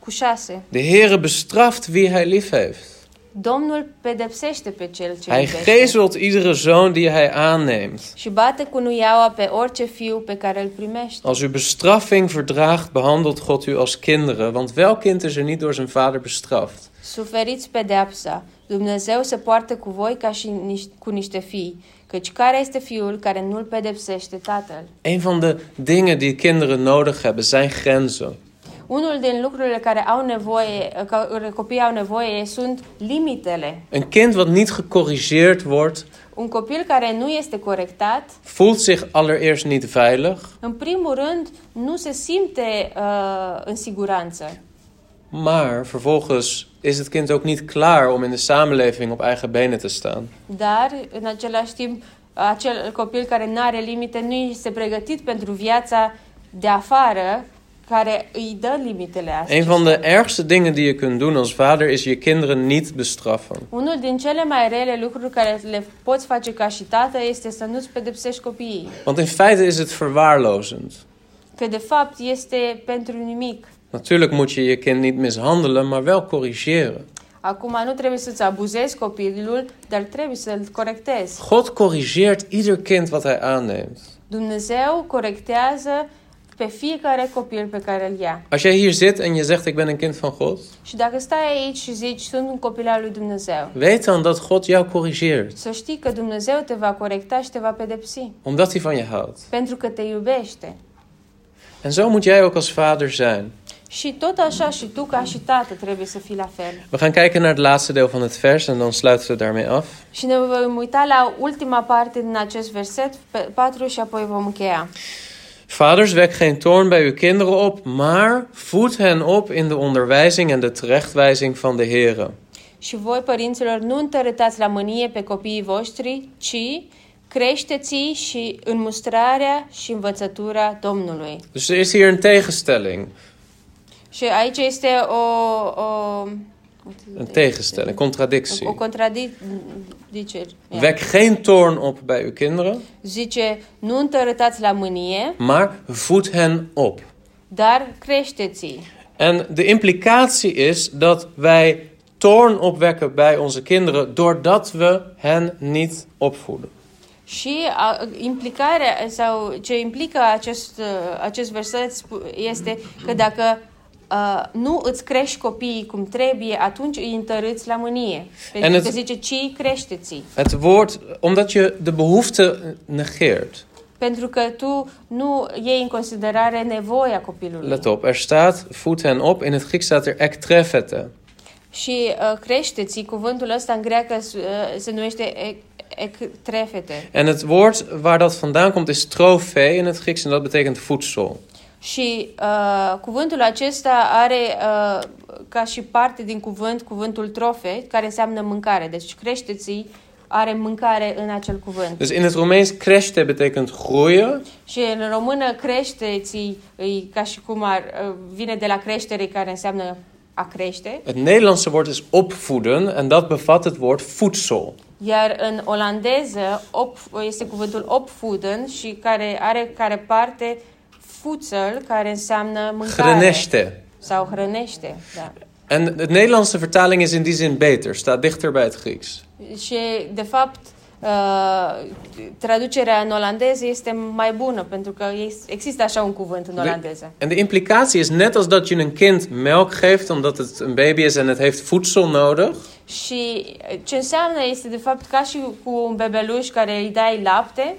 cu 6.
De Heere bestraft wie hij lief heeft.
Domnul pedepsește pe cel ce
Hij
iubește
gezelt iedere zoon die hij aanneemt.
și bate cu nuiaua pe orice fiu pe care îl primește.
Als u bestraffing verdraagt, behandelt God u als kinderen. Want welk kind is er niet door zijn vader bestraft?
Suferiți pedeapsa. Dumnezeu se poartă cu voi ca și niș- cu niște fii, căci care este fiul care nu-l pedepsește tatăl?
Een van de dingen die kinderen nodig hebben zijn grenzen.
Unul din lucrurile care au nevoie, care copiii au nevoie sunt limitele.
Een kind wat niet gecorrigeerd wordt,
Un copil care nu este corectat,
voelt zich allereerst niet veilig,
în primul rând, nu se simte uh, în siguranță.
maar vervolgens is het kind ook niet klaar om in de samenleving op eigen benen te staan.
Dar, în același timp, acel copil care nu are limite nu este pregătit pentru viața de afară care îi dă limitele astea.
Een van de ergste dingen die je kunt doen als vader is je kinderen niet bestraffen.
Unul din cele mai rele lucruri care le poți face ca și tată este să nu-ți pedepsești copiii.
Want in feite is het verwaarlozend.
Că de fapt este pentru nimic.
Natuurlijk moet je je kind niet mishandelen, maar wel corrigeren.
Acum nu trebuie să-ți abuzezi copilul, dar trebuie să-l corectezi.
God corrigeert ieder kind wat hij aanneemt.
Dumnezeu corectează pe fiecare copil pe care îl ia.
Als jij hier zit en je zegt ik ben een kind van God,
Și dacă stai aici și zici, sunt un copil al lui Dumnezeu,
weet dan dat God jou corrigeert,
să știi că Dumnezeu te va corecta și te va pedepsi,
omdat hij van je houdt.
pentru că te iubește.
En zo moet jij ook als vader zijn.
Și tot așa și tu ca și tată trebuie să fii la fel.
We gaan kijken naar het laatste deel van het vers en dan sluiten we daarmee af.
Și ne vom uita la ultima parte din acest verset, pe 4, și apoi vom încheia.
Vaders, wek geen toorn bij uw kinderen op, maar voed hen op in de onderwijzing en de terechtwijzing van de Here.
Și voi, părinților, nu întărâtați la mânie pe copiii voștri, ci creșteți și în mustrarea și învățătura Domnului.
Dus er is hier een tegenstelling.
Și aici este o, o,
Een tegenstelling,
o
contradictie.
contradicere.
Wek geen toorn op bij uw kinderen,
Zice, nu întărâtați la mânie,
maar voed hen op.
dar creșteți.
En de implicatie is dat wij toorn opwekken bij onze kinderen doordat we hen niet opvoeden.
Și a, implicarea sau ce implică acest, uh, acest verset spu- este că dacă uh, nu îți crești copiii cum trebuie, atunci îi întărâți la mânie.
En
Pentru
het-
că zice, ci creșteți
Het woord, omdat je de behoefte negeert.
Pentru că tu nu iei în considerare nevoia copilului.
Let op, er staat voed hen op. In het Grieks staat er ektrefete.
Și uh, creșteți cuvântul ăsta în greacă uh, se numește ec- ectrefete.
En het woord waar dat vandaan komt is trofee in het Grieks en dat betekent voedsel.
Și uh, cuvântul acesta are uh, ca și parte din cuvânt cuvântul trofe, care înseamnă mâncare. Deci creșteți are mâncare în acel cuvânt.
Dus in het Roemeens crește betekent groeien.
Și în română creșteți e ca și cum ar, uh, vine de la creștere care înseamnă a crește,
Het Nederlandse woord is opvoeden en dat bevat het woord voedsel.
iar în olandeză op, este cuvântul opfuden și care are care parte fuțel, care înseamnă mâncare
Grenește.
sau hrănește. Da.
En de Nederlandse vertaling is in die zin beter, staat dichter bij het Grieks.
Și, de fapt, uh, traducerea în olandeză este mai bună, pentru că ex- există așa un cuvânt în olandeză.
En de implicatie is net als dat je een kind melk geeft omdat het een baby is en het heeft voedsel nodig.
Și uh, ce înseamnă este, de fapt, ca și cu un bebeluș care îi dai lapte,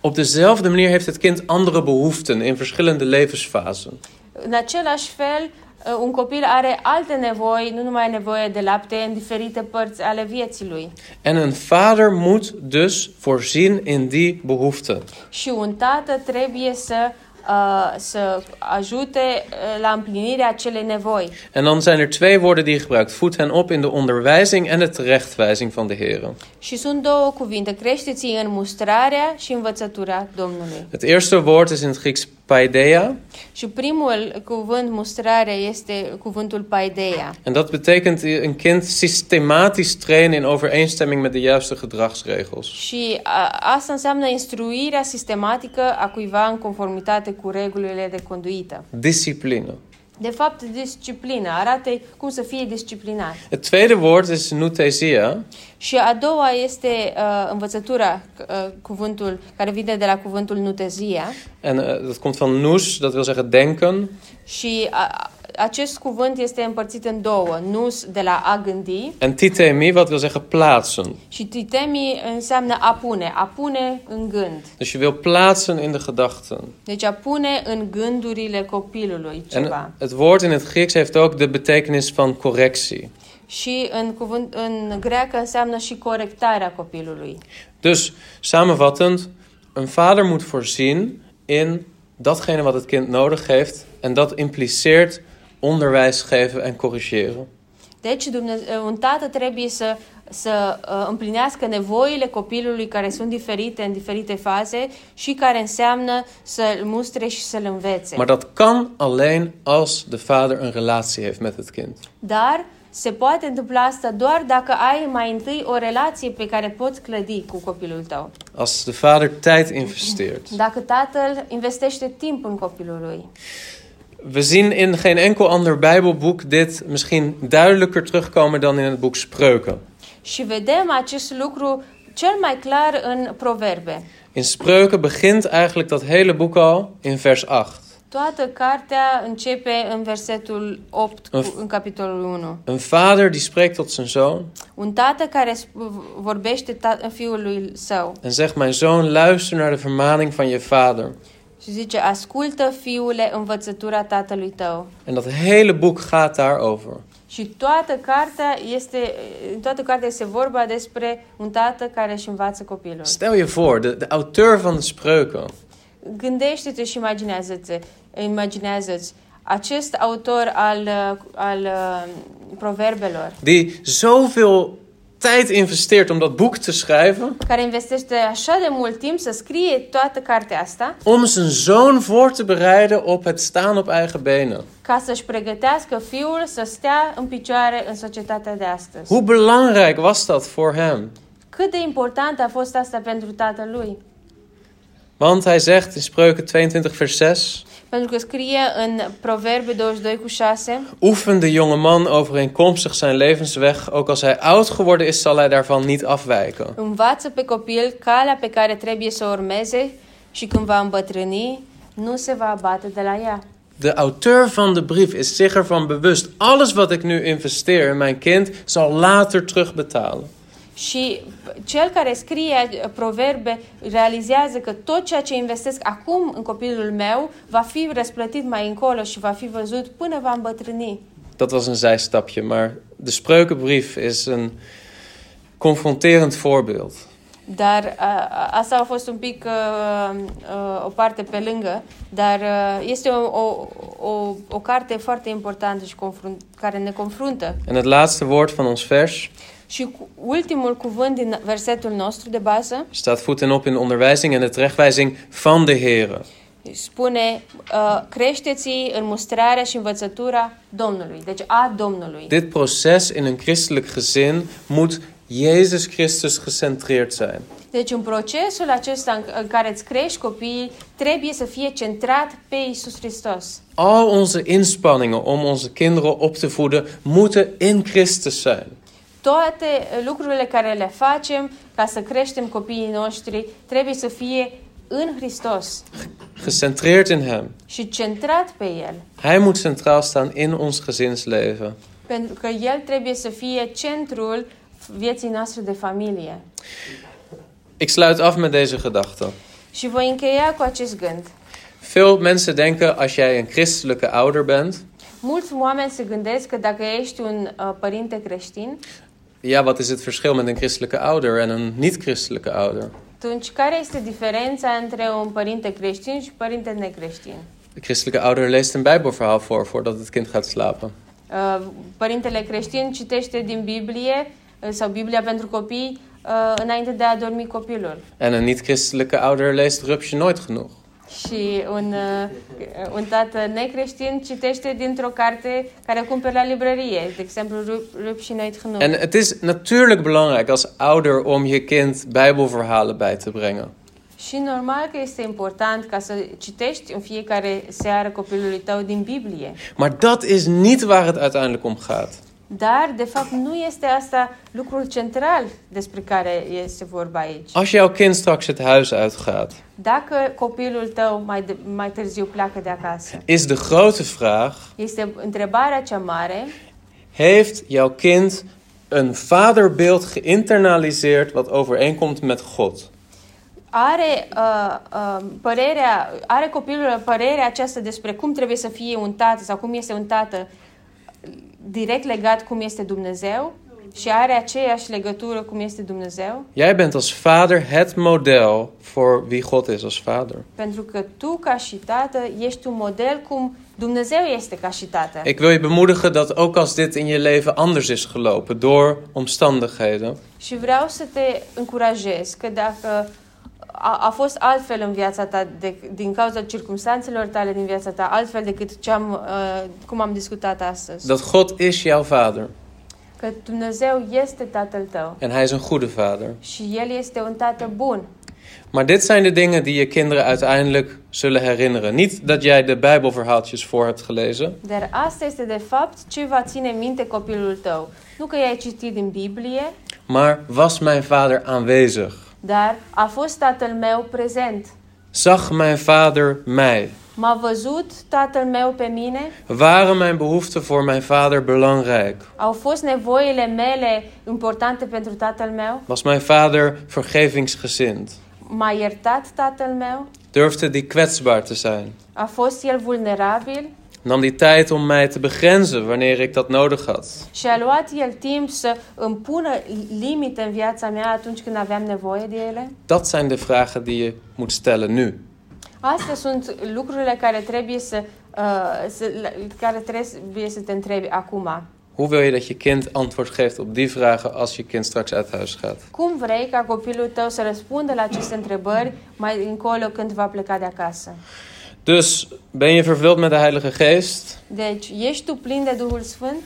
Op dezelfde manier heeft het kind andere behoeften in verschillende levensfasen.
în același fel, uh, un copil are alte nevoi, nu numai nevoie de lapte, în diferite părți ale vieții lui.
En een vader moet dus voorzien in die behoeften.
Și un tată trebuie să, uh, să ajute uh, la împlinirea acelei nevoi.
En dan zijn er twee woorden die je gebruikt. Voed hen op in de onderwijzing en de terechtwijzing van de heren.
Și sunt două cuvinte, creșteți în mustrarea și învățătura Domnului.
Het eerste woord is in het Grieks paideia.
Și primul cuvânt mustrare este cuvântul paideia.
En dat betekent een kind systematisch trainen in overeenstemming met de juiste gedragsregels.
Și a, asta înseamnă instruirea sistematică a cuiva în conformitate cu regulile de conduită.
Discipline.
De fapt, disciplina arată cum să fie disciplinat.
Het tweede woord is nuthesia.
Și a doua este uh, învățătura, uh, cuvântul care vine de la cuvântul nutezia.
En eh, dat komt van nous, dat wil zeggen denken.
Și a, acest cuvânt este împărțit în două, nus de la a gândi
En titemi, wat wil zeggen plaatsen.
Și titemi înseamnă a pune, a pune în gând.
Dus je wil plaatsen in de gedachten.
Deci a pune în gândurile copilului ceva.
En het woord in het Grieks heeft ook de betekenis van correctie.
Și în, cuvânt, în greacă înseamnă și corectarea copilului.
Dus samenvattend, een vader moet voorzien in datgene wat het kind nodig heeft. En dat impliceert onderwijs geven en corrigeren.
Deci Dumnezeu, un tată trebuie să, să uh, împlinească nevoile copilului care sunt diferite în diferite faze și care înseamnă să-l mustre și să-l învețe.
Maar dat kan alleen als de vader een relatie heeft met het kind.
Dar se poate întâmpla asta doar dacă ai mai întâi o relație pe care poți clădi cu copilul tău.
Als de vader tijd investeert.
Dacă tatăl investește timp în copilul lui.
We zien in geen enkel ander Bijbelboek dit misschien duidelijker terugkomen dan in het boek Spreuken.
Și vedem acest lucru cel mai clar în proverbe.
In Spreuken begint eigenlijk dat hele boek al in vers 8.
Toată cartea începe în versetul 8, cu, în capitolul 1.
Een vader die spreekt tot zijn zoon
Un tată care sp- vorbește ta- fiului său
en zegt: Mijn zoon, luister naar de vermaning van je vader.
și zice, ascultă fiule învățătura tatălui tău.
En dat hele boek gaat daarover.
Și toată cartea este, în toată cartea este vorba despre un tată care își învață copilul.
Stel je voor, de, de auteur van de Spreuken,
Gândește-te și imaginează-ți, imaginează-ți acest autor al, uh, al uh, proverbelor,
die zoveel tijd investeert om dat boek te schrijven,
care investește așa de mult timp să scrie toată cartea asta,
om zijn zoon voor te bereiden op het staan op eigen benen.
ca să-și pregătească fiul să stea în picioare în societatea de astăzi.
Hoe belangrijk was dat voor hem?
Cât de important a fost asta pentru tatălui?
Want hij zegt in Spreuken 22, vers 6:
Pentru că scrie în Proverbe 22 cu 6,
Oefen de jonge man overeenkomstig zijn levensweg. Ook als hij oud geworden is, zal hij daarvan niet afwijken.
Învață pe copil calea pe care trebuie să o urmeze și când va îmbătrâni, nu se va abate de la ea.
De auteur van de brief is zich ervan bewust: alles wat ik nu investeer in mijn kind zal later terugbetalen.
Și cel care scrie uh, proverbe realizează că tot ceea ce investesc acum în copilul meu va fi răsplătit mai încolo și va fi văzut până va îmbătrâni.
Dat was een zijstapje, maar de spreukenbrief is een confronterend voorbeeld.
Dar a, a- asta a fost un pic uh, uh, o parte pe lângă, dar uh, este o, o, o, o carte foarte importantă și confrunt, care ne confruntă.
En het laatste woord van ons vers
Și cu- ultimul cuvânt din versetul nostru de bază
staat voet en op in de onderwijzing en de terechtwijzing van de Heeren.
Deci spune uh, creșteți în mustrarea și învățătura Domnului, deci a Domnului.
Dit proces in een christelijk gezin moet Jezus Christus gecentreerd zijn.
Deci în procesul acesta în, în care îți crești copiii trebuie să fie centrat pe Isus Hristos.
Al onze inspanningen om onze kinderen op te voeden moeten in Christus zijn.
Toate uh, lucrurile care le facem ca să creștem copiii noștri trebuie să fie în Hristos
Gecentreerd in Hem.
și centrat pe El.
Hij moet centraal staan in ons gezinsleven.
Pentru că El trebuie să fie centrul vieții noastre de familie.
Ik sluit af met deze gedachte.
Și voi încheia cu acest gând.
Veel mensen denken als jij een christelijke ouder bent,
Mulți oameni se gândesc că dacă ești un uh, părinte creștin,
ja, wat is het verschil met een christelijke ouder en een niet-christelijke ouder?
atunci care este diferența între un părinte creștin și părinte necreștin?
De christelijke ouder leest een Bijbelverhaal voor voordat het kind gaat slapen.
Uh, Părintele creștin citește din Biblie uh, sau Biblia pentru copii uh, înainte de a dormi copilul.
En een niet-christelijke ouder leest Rupsje nooit genoeg.
Și un, uh, un tată necreștin citește dintr-o carte care o cumperi la librărie, de exemplu Rup, Rup și Noit Genoeg.
En het is natuurlijk belangrijk als ouder om je kind Bijbelverhalen bij te brengen.
Și normal că este important ca să citești în fiecare seară copilului tău din Biblie.
Maar dat is niet waar het uiteindelijk om gaat.
Dar, de fapt, nu este asta lucrul central despre care este vorba aici.
Als jouw kind straks het huis uitgaat,
Dacă copilul tău mai, de, mai târziu pleacă de acasă,
is de grote vraag:
este întrebarea cea mare,
heeft jouw kind een vaderbeeld geïnternaliseerd wat overeenkomt met God?
are, uh, uh, părerea, are copilul părerea aceasta despre cum trebuie să fie un tată sau cum este un tată direct legat cum este Dumnezeu și are aceeași legătură cum este Dumnezeu?
Jij bent als vader het model voor wie God is als vader.
Pentru că tu, ca și tată, ești un model cum Dumnezeu este ca și tată.
Ik wil je bemoedigen dat ook als dit in je leven anders is gelopen door omstandigheden,
Și vreau să te încurajez că dacă a, a fost altfel în viața ta de, din cauza circumstanțelor tale din viața ta, altfel decât ce am, uh, cum am discutat astăzi,
dat God is jouw vader.
că Dumnezeu este Tatăl tău
En hij is een goede vader.
și El este un Tată bun.
Maar dit zijn de dingen die je kinderen uiteindelijk zullen herinneren. Niet dat jij de Bijbelverhaaltjes voor hebt gelezen,
Dar asta este de fapt ce va ține minte copilul tău. Nu că i-ai citit din Biblie,
maar was mijn vader aanwezig?
dar a fost Tatăl meu prezent.
Zag mijn vader mij?
M-a văzut Tatăl meu pe mine?
Waren mijn behoeften voor mijn vader belangrijk?
Au fost nevoile mele importante pentru Tatăl meu?
Was mijn vader vergevingsgezind?
M-a iertat tatăl meu?
Durfde die kwetsbaar te zijn?
A fost el vulnerabil?
Nam die tijd om mij te begrenzen wanneer ik dat nodig had?
Și a luat el timp să îmi pună limite în viața mea atunci când aveam nevoie de ele?
Dat zijn de vragen die je moet stellen nu.
Astea sunt lucrurile care trebuie să, uh, să la- care trebuie să te întrebi acum.
Hoe wil je dat je kind antwoord geeft op die vragen als je kind straks uit huis gaat?
Cum vrei ca copilul tău să răspundă la aceste întrebări mai încolo când va pleca de acasă?
Dus ben je vervuld met de Heilige Geest?
Deci, ești tu plin de Duhul Sfânt?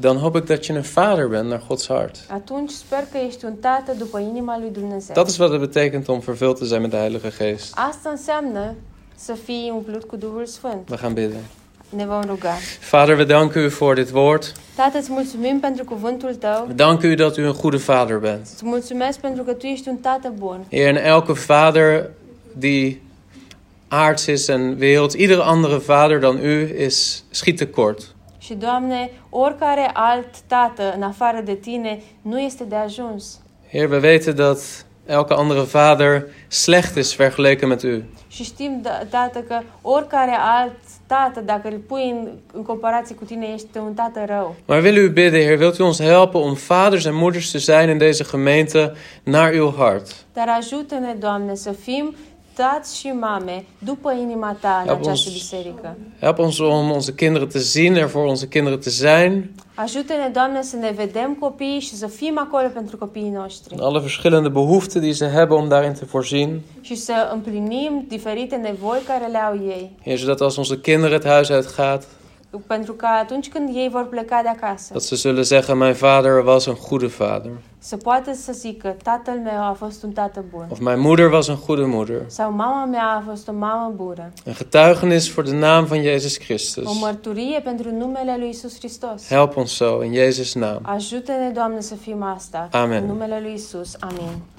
Dan hoop ik dat je een vader bent naar Gods hart.
Atunci sper că ești un tată după inima lui Dumnezeu.
Dat is wat het betekent om vervuld te zijn met de Heilige Geest.
Asta înseamnă să fii umplut cu Duhul Sfânt.
We gaan bidden.
Ne vom ruga.
Vader, we danken u voor dit woord.
Tată, îți mulțumim pentru cuvântul tău.
We danken u dat u een goede vader bent.
Îți mulțumesc pentru că tu ești un tată bun.
Heer, en elke vader die aards is en wereld. Iedere andere vader dan u is, schiet tekort.
Și, Doamne, oricare alt tată în afară de Tine nu este de ajuns.
Heer, we weten dat elke andere vader slecht is vergeleken met u.
Și știm, da- Tată, că oricare alt tată, dacă îl pui în, în comparație cu Tine, ești un tată rău.
Maar we willen u bidden, Heer, wilt u ons helpen om vaders en moeders te zijn in deze gemeente naar uw hart?
Dar ajută-ne, Doamne, să fim tați și mame după inima Ta în
Ia bun.
această biserică.
Help ons om onze kinderen te zien, er voor onze kinderen te zijn.
Ajută-ne, Doamne, să ne vedem copiii și să fim acolo pentru copiii noștri.
En alle verschillende behoeften die ze hebben om daarin te voorzien.
și să împlinim diferite nevoi care le au ei.
Heer, zodat als onze kinderen het huis uitgaan,
Pentru că atunci când ei vor pleca de acasă,
dat ze zullen zeggen, mijn vader was een goede vader.
să poată să zică, tatăl meu a fost un tată bun.
Of mijn moeder was een goede moeder.
Sau mama mea a fost o mamă bună.
Een getuigenis voor de naam van Jezus
O
Christus.
mărturie pentru numele lui Isus Hristos.
Help ons zo in Jezus' naam.
Ajută-ne, Doamne, să fim asta.
Amen.
În numele lui Isus. Amin.